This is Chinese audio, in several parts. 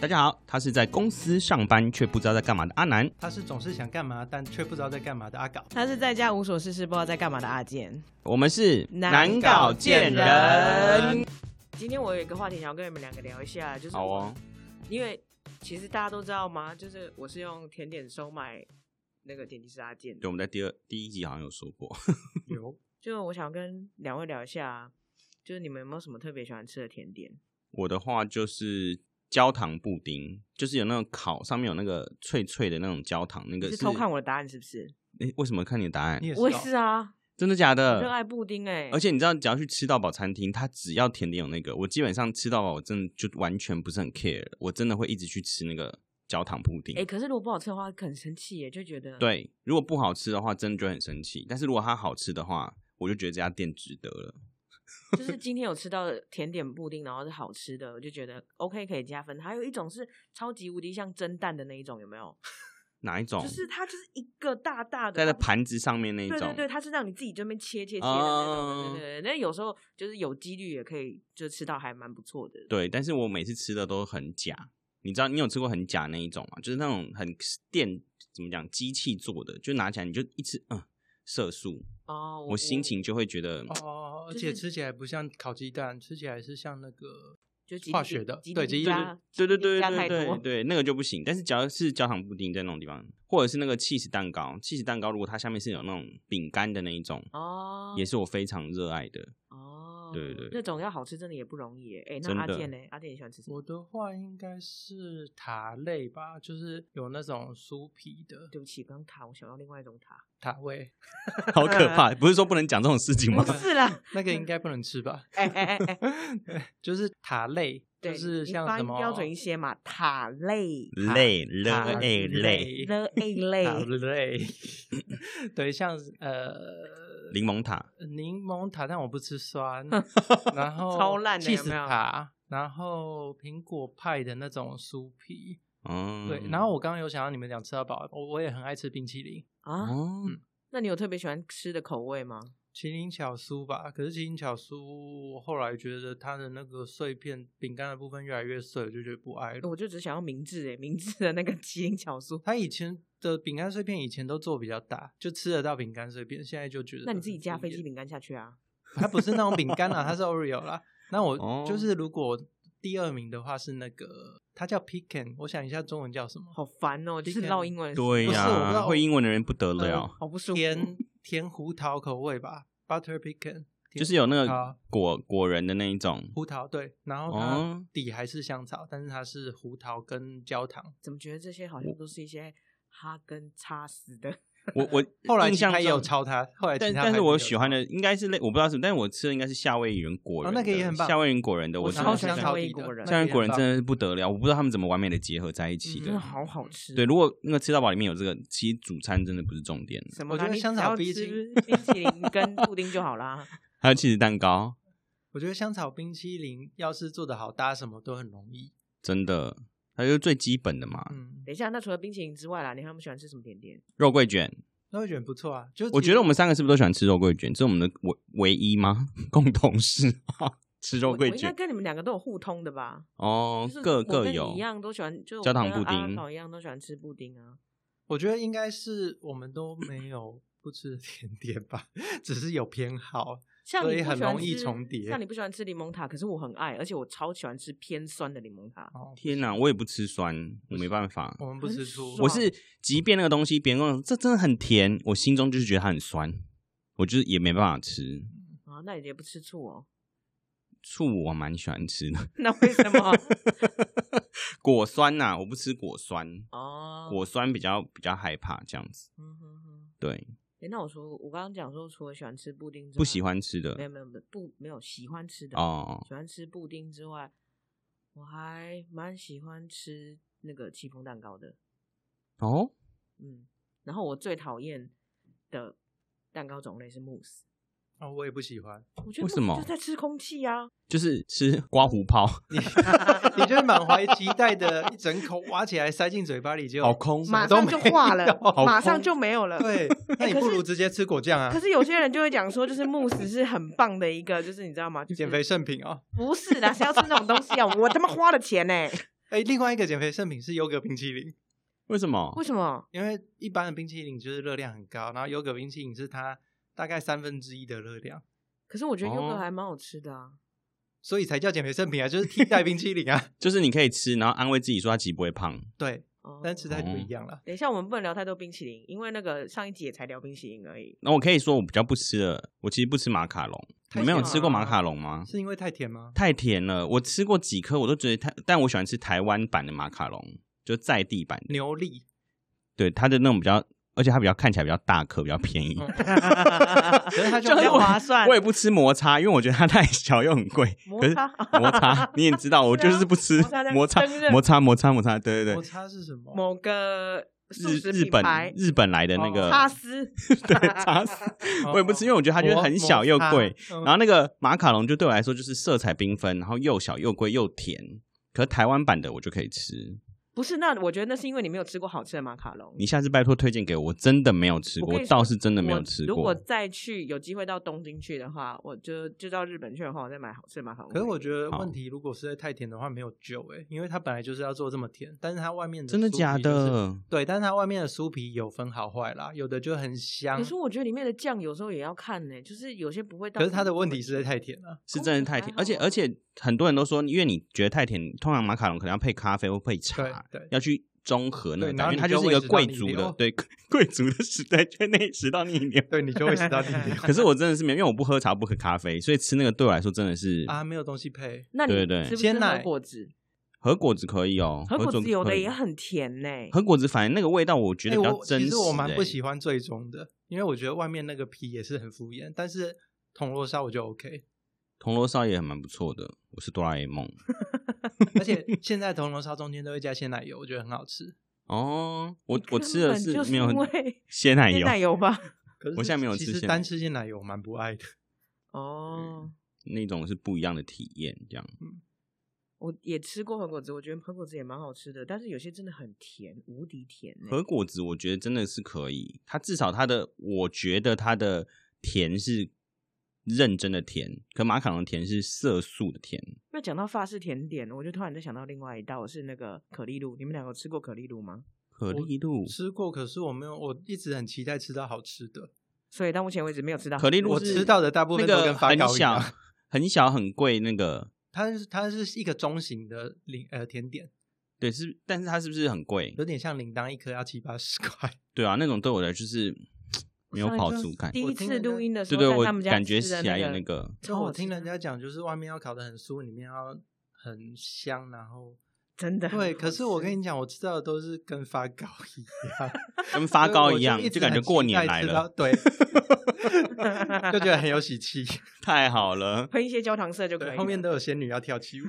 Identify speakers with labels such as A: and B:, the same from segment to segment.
A: 大家好，他是在公司上班却不知道在干嘛的阿南。
B: 他是总是想干嘛，但却不知道在干嘛的阿搞。
C: 他是在家无所事事，不知道在干嘛的阿健。
A: 我们是
C: 难搞贱人
A: 人。
C: 今天我有一个话题想要跟你们两个聊一下，就是
A: 好哦，
C: 因为其实大家都知道吗？就是我是用甜点收买那个点击师阿健
A: 对，我们在第二第一集好像有说过，
B: 有，
C: 就我想跟两位聊一下，就是你们有没有什么特别喜欢吃的甜点？
A: 我的话就是焦糖布丁，就是有那种烤上面有那个脆脆的那种焦糖，那
C: 你
A: 个
C: 是偷看我的答案是不是？
A: 诶为什么看你的答案
B: 你？也是、哦。
C: 我也是啊，
A: 真的假的？
C: 热爱布丁哎、
A: 呃而且你知道，只要去吃到饱餐厅，它只要甜点有那个，我基本上吃到饱，我真的就完全不是很 care，我真的会一直去吃那个焦糖布丁。
C: 哎、可是如果不好吃的话，很生气耶，就觉得，
A: 对，如果不好吃的话，真的就会很生气。但是如果它好吃的话，我就觉得这家店值得了。
C: 就是今天有吃到的甜点布丁，然后是好吃的，我就觉得 OK 可以加分。还有一种是超级无敌像蒸蛋的那一种，有没有？
A: 哪一种？
C: 就是它就是一个大大的
A: 哦在在
C: 它不是
A: 盘子上面那一种。
C: 对对对，它是让你自己这边切切切的那种，
A: 嗯
C: 对对对。那有时候就是有几率也可以，就吃到还蛮不错的。
A: 对但是我每次吃的都很假。你知道你有吃过很假那一种吗？就是那种很电怎么讲机器做的，就拿起来你就一吃，嗯，色素，
C: 哦，
A: 我心情就会觉得
B: 哦，而
C: 就
B: 且
C: 是
B: 吃起来不像烤鸡蛋，吃起来是像那个
C: 就吉利
B: 化学的
C: 吉，利
B: 对，吉利
C: 加
A: 对对对
C: 加
A: 对
C: 太多
A: 对对，那个就不行。但是只要是焦糖布丁在那种地方，或者是那个 cheese 蛋糕，cheese 蛋糕如果它下面是有那种饼干的那一种，
C: 哦，
A: 也是我非常热爱的。
C: 哦，
A: 对对对
C: 那种要好吃真的也不容易耶。哎，
A: 真
C: 那阿
A: 的
C: 健呢？阿健你喜欢吃什么？
B: 我的话应该是塔类吧，就是有那种酥皮的
C: 对不起，刚塔，我想到另外一种塔，
B: 塔味，
A: 好可怕！
B: 嗯
A: 不是说不能讲这种事情吗
C: 不？是啦，
B: 那个应该不能吃 吧？
C: 哎哎哎哎，
B: 就是塔类，就
C: 对，
B: 是
C: 你
B: 像
C: 发
B: 什
C: 音
B: 么
C: 标准一些嘛，塔类
A: 累累
B: 塔
A: 累累，
B: 类，
C: 了 A 类，
B: 塔类， 对，像是呃
A: 柠檬塔
B: 柠檬塔，但我不吃 酸，然后
C: 超烂的
B: 气
C: 有
B: 死
C: 没有
B: 塔，然后苹果派的那种酥皮，
A: 嗯，
B: 对。然后我刚刚有想到你们讲吃到饱，我我也很爱吃冰淇淋，
C: 啊，
A: 哦，
B: 嗯
C: 那你有特别喜欢吃的口味吗？
B: 麒麟巧酥吧。可是麒麟巧酥，我后来觉得它的那个碎片饼干的部分越来越碎，我就觉得不爱了。
C: 我就只想要明治哎，明治的那个 麒麟巧酥。
B: 它以前的饼干碎片以前都做比较大，就吃得到饼干碎片，现在就觉得
C: 那你自己加
B: 很敷
C: 飞
B: 衍
C: 机饼干下去啊？
B: 它不是那种饼干啦，它是 Oreo 啦。那我、
A: 哦
B: 就是如果第二名的话是那个，它叫 Pecan，我想一下中文叫什么？
C: 好烦哦，就是
B: 啊
C: 绕英文，
A: 对
B: 不是我不知
A: 呀，
B: 道
A: 会英文的人不得
B: 呃
A: 了，
C: 好不舒服。
B: 甜甜胡桃口味吧，Butter Pecan，
A: 就是有那
B: 甜胡
A: 个
B: 桃
A: 果果仁的那一种。
B: 胡桃对，然后
A: 哦
B: 它底还是香草，但是它是胡桃跟焦糖。
C: 怎么觉得这些好像都是一些哈根叉斯 的？
A: 我我
B: 后来
A: 印
B: 其
A: 象
B: 他也有
A: 中
B: 抄它，后来其
A: 但
B: 他
A: 但是
B: 牌子
A: 我
B: 有
A: 喜欢
B: 抄
A: 的应该是类，我不知道是什么，但是我吃的应该是夏威夷人果仁的，
B: 哦那个也很棒
A: 夏威夷人果仁的，
C: 我
A: 真
C: 超
A: 的
C: 喜欢
A: 非
C: 夏
A: 常
C: 威夷果仁
A: 夏威夷果仁真
B: 的
A: 的是不得了，我不知道他们怎么完美的结合在一起
B: 嗯
C: 真
A: 的。
C: 的好好吃。
B: 哦
A: 对，，如果那个吃到饱里面有这个，其实主餐真的不是重点，
C: 什么
B: 我
C: 啦？
B: 觉得
C: 你
B: 香
C: 只
B: 草
C: 要
B: 冰
C: 吃
B: 淇淋
C: 冰淇淋跟布丁就好啦。
A: 还有起司蛋糕，
B: 我觉得香草冰淇淋要是做的好，搭什么都很容易。
A: 真的，它就是最基本的嘛。
B: 嗯，
C: 等一下，那除了冰淇淋之外啦，你还有没有喜欢吃什么甜点？
A: 肉桂卷，
B: 那我觉得不错啊。就
A: 我觉
B: 其实
A: 得我们三个是不是都喜欢吃肉桂卷？这是我们的唯唯一吗？ 共同嗜 好吃肉
C: 我我
A: 桂
C: 应该
A: 卷
C: 跟你们两个都有互通的吧？
A: 哦
C: 就是，
A: 各
C: 我
A: 各
C: 跟你
A: 有
C: 一样都喜欢，就我
A: 焦糖
C: 跟
A: 布
C: 阿
A: 丁
C: 宝一样都喜欢吃布丁啊。
B: 我觉得应该是我们都没有不吃的甜点吧，只是有偏好。
C: 像
B: 所
C: 你
B: 以
C: 不
B: 很
C: 喜欢
B: 容易
C: 吃
B: 重叠
C: 像你不喜欢吃柠檬塔，可是我很爱，而且我超喜欢吃偏酸的柠檬塔。
B: 哦，
A: 天哪，我也不吃酸，我没办法。
B: 我们不吃醋，
C: 很
A: 我
C: 爽
A: 是即便那个东西别人跟我说这真的很甜，我心中就是觉得它很酸，我就是也没办法吃。
C: 啊，那你也不吃醋哦？
A: 醋我蛮喜欢吃的，
C: 那为什么？
A: 果酸呐、我不吃果酸，
C: 哦，
A: 果酸比较比较害怕这样子。
C: 嗯哼哼。
A: 对，
C: 哎，那我说，我刚刚讲说，除了喜欢吃布丁之外，
A: 不喜欢吃的
C: 没有没有没有不没有喜欢吃的，
A: 哦，
C: 喜欢吃布丁之外，我还蛮喜欢吃那个戚风蛋糕的。
A: 哦，
C: 嗯，然后我最讨厌的蛋糕种类是慕斯，
B: 哦，我也不喜欢。
C: 我觉得
A: 为什么
C: mousse 就在吃空气啊。
A: 就是吃刮胡泡，
B: 你就是满怀期待的，一整口挖起来塞进嘴巴里就
A: 好空哦
B: 什
C: 马
B: 么都
C: 上
B: 没
C: 就化 了
B: 有，
C: 马上就没有了。
B: 对，那你不如直接吃果酱啊
C: 可，是有些人就会讲说，就是慕斯是很棒的一个，就是你知道吗？就是
B: 减肥圣品哦。
C: 不是啦，谁要吃那种东西啊？我他妈花了钱呢、
B: 哎、另外一个减肥圣品是优格冰淇淋，
A: 为什么
B: 哦
C: 为？什么？
B: 因为一般的冰淇淋就是热量很高，然后优格冰淇淋是它大概三分之一的热量，
C: 可是我觉得优格
A: 哦
C: 还蛮好吃的啊。
B: 所以才叫减肥圣品啊，就是替代冰淇淋啊。
A: 就是你可以吃，然后安慰自己说它其实不会胖。
B: 对，
C: 哦
B: 但吃太不一样了。
C: 等一下，我们不能聊太多冰淇淋，因为那个上一集也才聊冰淇淋而已。
A: 那我可以说我比较不吃了，我其实不吃马卡龙。
B: 太
A: 你们有
B: 甜了
A: 吃过马卡龙吗？
B: 是因为太甜吗？
A: 太甜了，我吃过几颗，我都觉得太，但我喜欢吃台湾版的马卡龙，就在地版的，
B: 牛力，
A: 对它的那种比较，而且它比较看起来比较大颗，比较便
B: 哦
A: 宜。
B: 嗯 可是它就
C: 就
B: 没
C: 很
B: 有啊
C: 划算
A: 我。也不吃摩擦，因为我觉得它太小又很贵。
C: 摩
A: 可是
C: 擦
A: 摩擦，你也知道，我就是不吃
C: 对啊
A: 摩
C: 摩
A: 擦
C: 擦在，
A: 摩擦，摩擦，摩擦。对对
B: 摩
A: 对，
B: 擦是什么？
C: 某个素
A: 日
C: 食
A: 日
C: 品
A: 本
C: 牌哦
A: 日本来的那个
C: 哈斯，
A: 对擦丝，我也不吃，因为我觉得它就是
B: 摩
A: 很小又贵。。
B: 哦摩擦嗯
A: 然后那个马卡龙就对我来说就是色彩缤纷，然后又小又贵又甜。可是台湾版的我就可以吃，
C: 不是？那我觉得那是因为你没有吃过好吃的马卡龙。
A: 你下次拜托推荐给我，我真的没有吃过，
C: 我
A: 我
C: 跟你说
A: 倒是真的没有吃
C: 我如
A: 过
C: 果。再去有机会到东京去的话，我就就到日本去的话，我再买好吃的马卡龙。
B: 可是我觉得
A: 好
B: 问题，如果实在太甜的话，没有救哎、因为它本来就是要做这么甜，但是它外面的
A: 真的
B: 酥皮
A: 假
B: 就是？
A: 的？
B: 对，但是它外面的酥皮有分好坏啦，有的就很香
C: 可，是我觉得里面的酱有时候也要看呢、就是有些不会到。
B: 可是它的问题实在太甜啊了。
A: 是真的太甜，
C: 还好
A: 而且而且很多人都说，因为你觉得太甜，通常马卡龙可能要配咖啡或配
B: 对
A: 茶，
B: 对，
A: 要去中和那个
B: 对
A: 感
B: 然
A: 觉，
B: 后
A: 因为它就是一
B: 你就会
A: 个
B: 食道
A: 贵
B: 逆
A: 族的
B: 流，
A: 对 贵族的时代，圈内食到逆 流。
B: 对你就会吃 到地里
A: 可是我真的是没有，因为我不喝茶不喝咖啡，所以吃那个对我来说真的是
B: 啊，没有东西配。
C: 那你
A: 对对
C: 吃不吃
B: 鲜
C: 喝
B: 奶
C: 果子？
A: 和果子可以哦，
C: 和果子有
A: 可
C: 的
A: 以
C: 也很甜呢、
A: 和果子，反正那个味道我觉得
B: 哎、
A: 比较
B: 我
A: 真实、
B: 其实我蛮不
A: 哎
B: 喜欢最终的，因为我觉得外面那个皮也是很敷衍，但是铜锣烧我就 OK。
A: 铜锣烧也很蛮不错的，我是哆啦 A 梦
B: 而且现在铜锣烧中间都会加鲜奶油，我觉得很好吃。
A: 哦。我
C: 你
A: 我
C: 根
A: 吃的
C: 本就是
A: 没有很
C: 因为
A: 鲜奶
C: 鲜
A: 油，
C: 奶 油吧？
B: 可是
A: 我现在没有吃
B: 其实
A: 鲜奶
B: 单吃鲜奶油我蛮不爱的。
A: 嗯
C: 哦，
A: 那种是不一样的体验。这样
C: 我也吃过和果子，我觉得和果子也蛮好吃的，但是有些真的很甜，无敌甜、欸。
A: 和果子我觉得真的是可以，它至少它的我觉得它的甜是认真的甜，可马卡龙的甜是色素的甜。
C: 那讲到法式甜点，我就突然在想到另外一道是那个可丽露，你们两个有吃过可丽露吗？
A: 可丽露，
B: 吃过，可是我没有，我一直很期待吃到好吃的。
C: 所以到目前为止没有吃到
A: 可丽露
B: 我
A: 是
B: 吃到的大部
A: 那
B: 分都
A: 个
B: 跟发
A: 很
B: 糕一
A: 小
B: 样。
A: 很小很贵那个，
B: 它是它是一个中型的零呃甜点，
A: 对是，但是它是不是很贵？
B: 有点像铃铛，一颗要七八十块。
A: 对啊，那种对我来说就是没有
C: 上一
A: 饱
B: 个
A: 足感。
C: 第一
B: 我听
C: 次
B: 人家
C: 录音的时
A: 对对，
C: 候，在
A: 我
C: 他们家
A: 感觉
C: 吃的
A: 起来有
C: 那
A: 那 个，
B: 就
C: 超好
B: 我
C: 吃
B: 听人
A: 啊
C: 的
B: 家讲，就是外面要烤的很酥，里面要很香，然后
C: 真的很
B: 对。
C: 好
B: 可是我
C: 吃
B: 跟你讲，我吃到的都是跟发糕一样，
A: 跟发糕
B: 所以我
A: 一样，
B: 一
A: 就
B: 直
A: 感觉
B: 很期
A: 过年
B: 待
A: 来
B: 吃
A: 了
B: 到，对，就觉得很有喜气。
A: 太好了。
C: 喷一些焦糖色就可以
B: 对，
C: 了。
B: 后面都有仙女要跳起舞。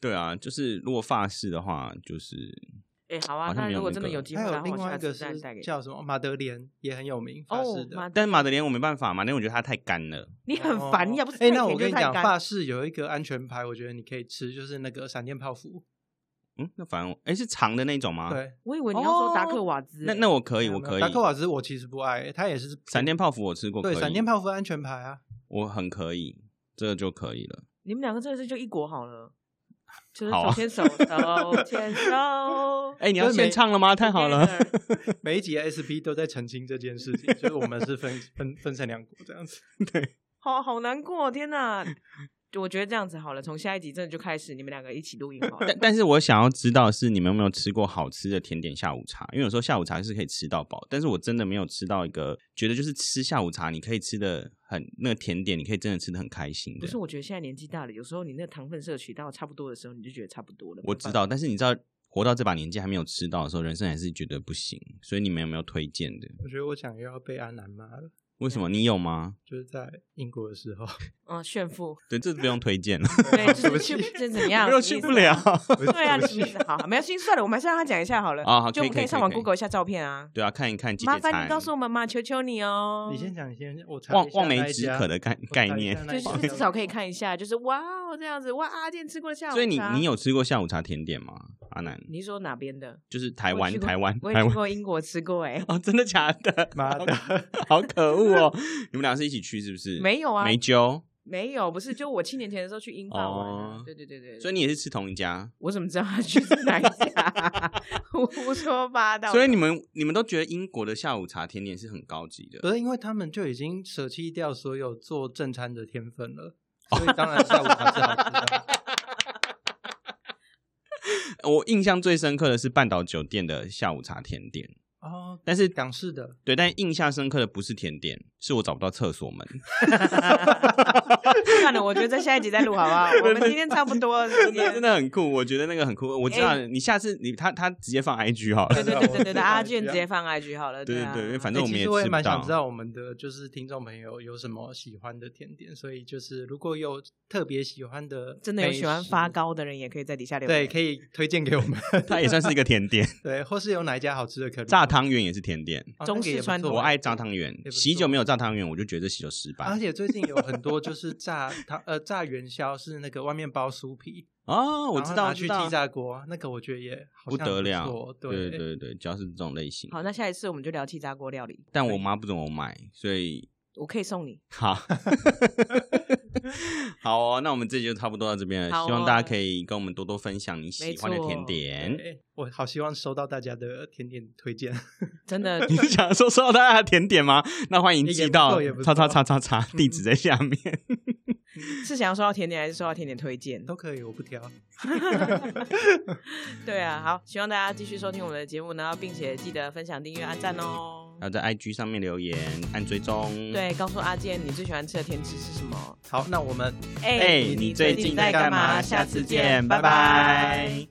A: 对啊，就是如果法式的话，就是
C: 哎、好啊，
A: 好像
C: 那
A: 没有
C: 如果
A: 那
C: 真的
A: 个
C: 有机会
B: 还
C: 的话，
B: 有另
C: 我
B: 外
C: 下
B: 一个
C: 次
B: 是
C: 再带给你。
B: 叫什么马德莲，也很有名，法式
C: 哦，
B: 的。
C: 妈，
A: 但是马德莲我没办法，马德莲我觉得它太干了。
C: 你很
B: 哦
C: 烦，要不是
B: 哎、
C: 太
B: 那
C: 甜
B: 我跟
C: 就
B: 你
C: 太
B: 讲，
C: 干
B: 法式有一个安全牌，我觉得你可以吃，就是那个闪电泡芙。
A: 嗯，那反正哎是长的那种吗？，
B: 对，
C: 我以为你要说达克瓦兹、
A: 那那我可
B: 啊可
A: 以，我可以
B: 达。克瓦兹我其实不爱，它也是
A: 闪电泡芙我吃过，
B: 对
A: 可以
B: 闪电泡芙安全牌啊。
A: 我很可以，这个就可以了。
C: 你们两个真的是就一国好 了，就是
A: 好啊
C: 手 牵手，手牵手。
A: 哎，你要
B: 就是没
A: 先唱了吗？ 太好了，
C: Together
B: 每一集的 SP 都在澄清这件事情，就是我们是 分分分成两国这样子。
C: 好好难过，天哪！我觉得这样子好了，从下一集真的就开始，你们两个一起录音好了
A: 但。但是我想要知道的是你们有没有吃过好吃的甜点下午茶？因为有时候下午茶是可以吃到饱，但是我真的没有吃到一个觉得就是吃下午茶你可以吃的很那个甜点，你可以真的吃的很开心
C: 不
A: 的
C: 是，。我觉得现在年纪大了，有时候你那个糖分摄取到差不多的时候，你就觉得差不多了。
A: 我知道，但是你知道活到这把年纪还没有吃到的时候，人生还是觉得不行。所以你们有没有推荐的？
B: 我觉得我讲又要被阿南骂了，
A: 为什么
C: 啊
A: 你有吗？
B: 就是在英国的时候，
C: 嗯，炫富，
A: 对，这不用推荐了，
C: 对，
B: 对
C: 就
B: 不
C: 是
B: 起
C: 去，这怎么样？
A: 没有 去不了。
B: 我
C: 对 啊，
B: 对不
C: 你
B: 起
C: 们 好，没关系，算了，我们还是让他讲一下好了。
A: 啊好
C: 就
A: 可以
C: 我们
A: 可以可
C: 上
A: 以
C: 网
A: 可以
C: Google 一下照片啊。
A: 对啊，看一看季
C: 麻
A: 节
C: 烦
A: 餐
C: 你，告诉我们嘛，求求你哦。
B: 你先讲，你先，我查
A: 望
B: 一下
A: 望
B: 那
A: 梅
B: 一
A: 止
B: 家
A: 渴的概
B: 我查
A: 概
B: 一下
A: 念。
B: 那
C: 就
B: 一
C: 是
B: 家
C: 至少可以看一下，就是哇哦这样子，哇阿健吃过的下午茶。
A: 所以你你有吃过下午茶甜点吗？阿南，
C: 你是说哪边的？
A: 就是台
C: 我
A: 湾
C: 去过
A: 台湾
C: 我
A: 台
C: 也去
A: 湾
C: 过英国吃过哎、
A: 哦，真的假的？
B: 妈的，
A: 好可恶哦！你们俩是一起去是不是？
C: 没有啊
A: 没揪
C: 没有，不是，就我七年前的时候去英法玩啊、
A: 哦
C: 对对对对，对
A: 所以你也是吃同一家，
C: 我怎么知道他去哪一家？胡说八道。
A: 所以你们你们都觉得英国的下午茶甜点是很高级的
B: 不，是因为他们就已经舍弃掉所有做正餐的天分了，
A: 哦
B: 所以当然下午茶是好 吃的。
A: 我印象最深刻的是半岛酒店的下午茶甜点，
B: 哦，
A: 但是
B: 港式的，
A: 对，但印象深刻的不是甜点，是我找不到厕所门。
C: 算了，我觉得在下一集再录好 不好？我们今天差不多了，今
A: 真的
C: 天
A: 真。的很酷，我觉得那个很酷。我知道、
C: 哎
A: 你下次你他他直接放 IG 好
C: 对
A: 了。
C: 对对对对 对，阿
B: 我知道
C: 俊直接放 IG 好了。
A: 对
C: 啊
A: 对对因为反
B: 欸
A: 正我们
B: 其
A: 也
B: 实我也
A: 吃不
B: 蛮想
A: 到
B: 知道我们的就是听众朋友有什么喜欢的甜点，所以就是如果有特别喜欢的，
C: 真的有喜欢发，高的人，也可以在底下留
B: 对，
C: 言。
B: 可以推荐给我们，
A: 它也算是一个甜点，
B: 对，或是有哪一家好吃的可哦
A: 炸汤圆也是甜点。
C: 中式川
B: 团，
C: 对
A: 我爱炸汤圆，
B: 不错
A: 喜酒没有炸汤圆，我就觉得喜酒失败
B: 啊而且最近有很多就是炸糖呃炸元宵是那个外面包酥皮，
A: 哦，我知
B: 然后
A: 道，
B: 拿
A: 我
B: 去
A: 知
B: 气
A: 道，
B: 炸锅，那个我觉得也好
A: 不
B: 像
A: 得了
B: 错，
A: 对
B: 对
A: 对对，只要是这种类型。
C: 好，那下一次我们就聊气炸锅料理，
A: 但我妈不准我买，所以
C: 我可以送你。
A: 好，好哦，那我们这集就差不多到这边了。
C: 好哦
A: 希望大家可以跟我们多多分享你喜欢的
C: 没错
A: 甜点。
B: 对哎我好希望收到大家的甜点推荐，
C: 真 的
A: 你，是想说收到大家的甜点吗？那欢迎
B: 也
A: 寄
B: 不
A: 到
B: 错也不
A: 叉
B: 错嗯
A: 叉叉叉叉，地址在下面。
C: 是想要收到甜点，还是收到甜点推荐？
B: 都可以，我不挑。
C: 对啊，好，希望大家继续收听我们的节目，然后并且记得分享、订阅、按赞哦。
A: 然后在 IG 上面留言，按追踪。，
C: 对，告诉阿健你最喜欢吃的甜食是什么？
B: 好，那我们
C: 哎、
A: 哎、你最近在干嘛？下次见，拜拜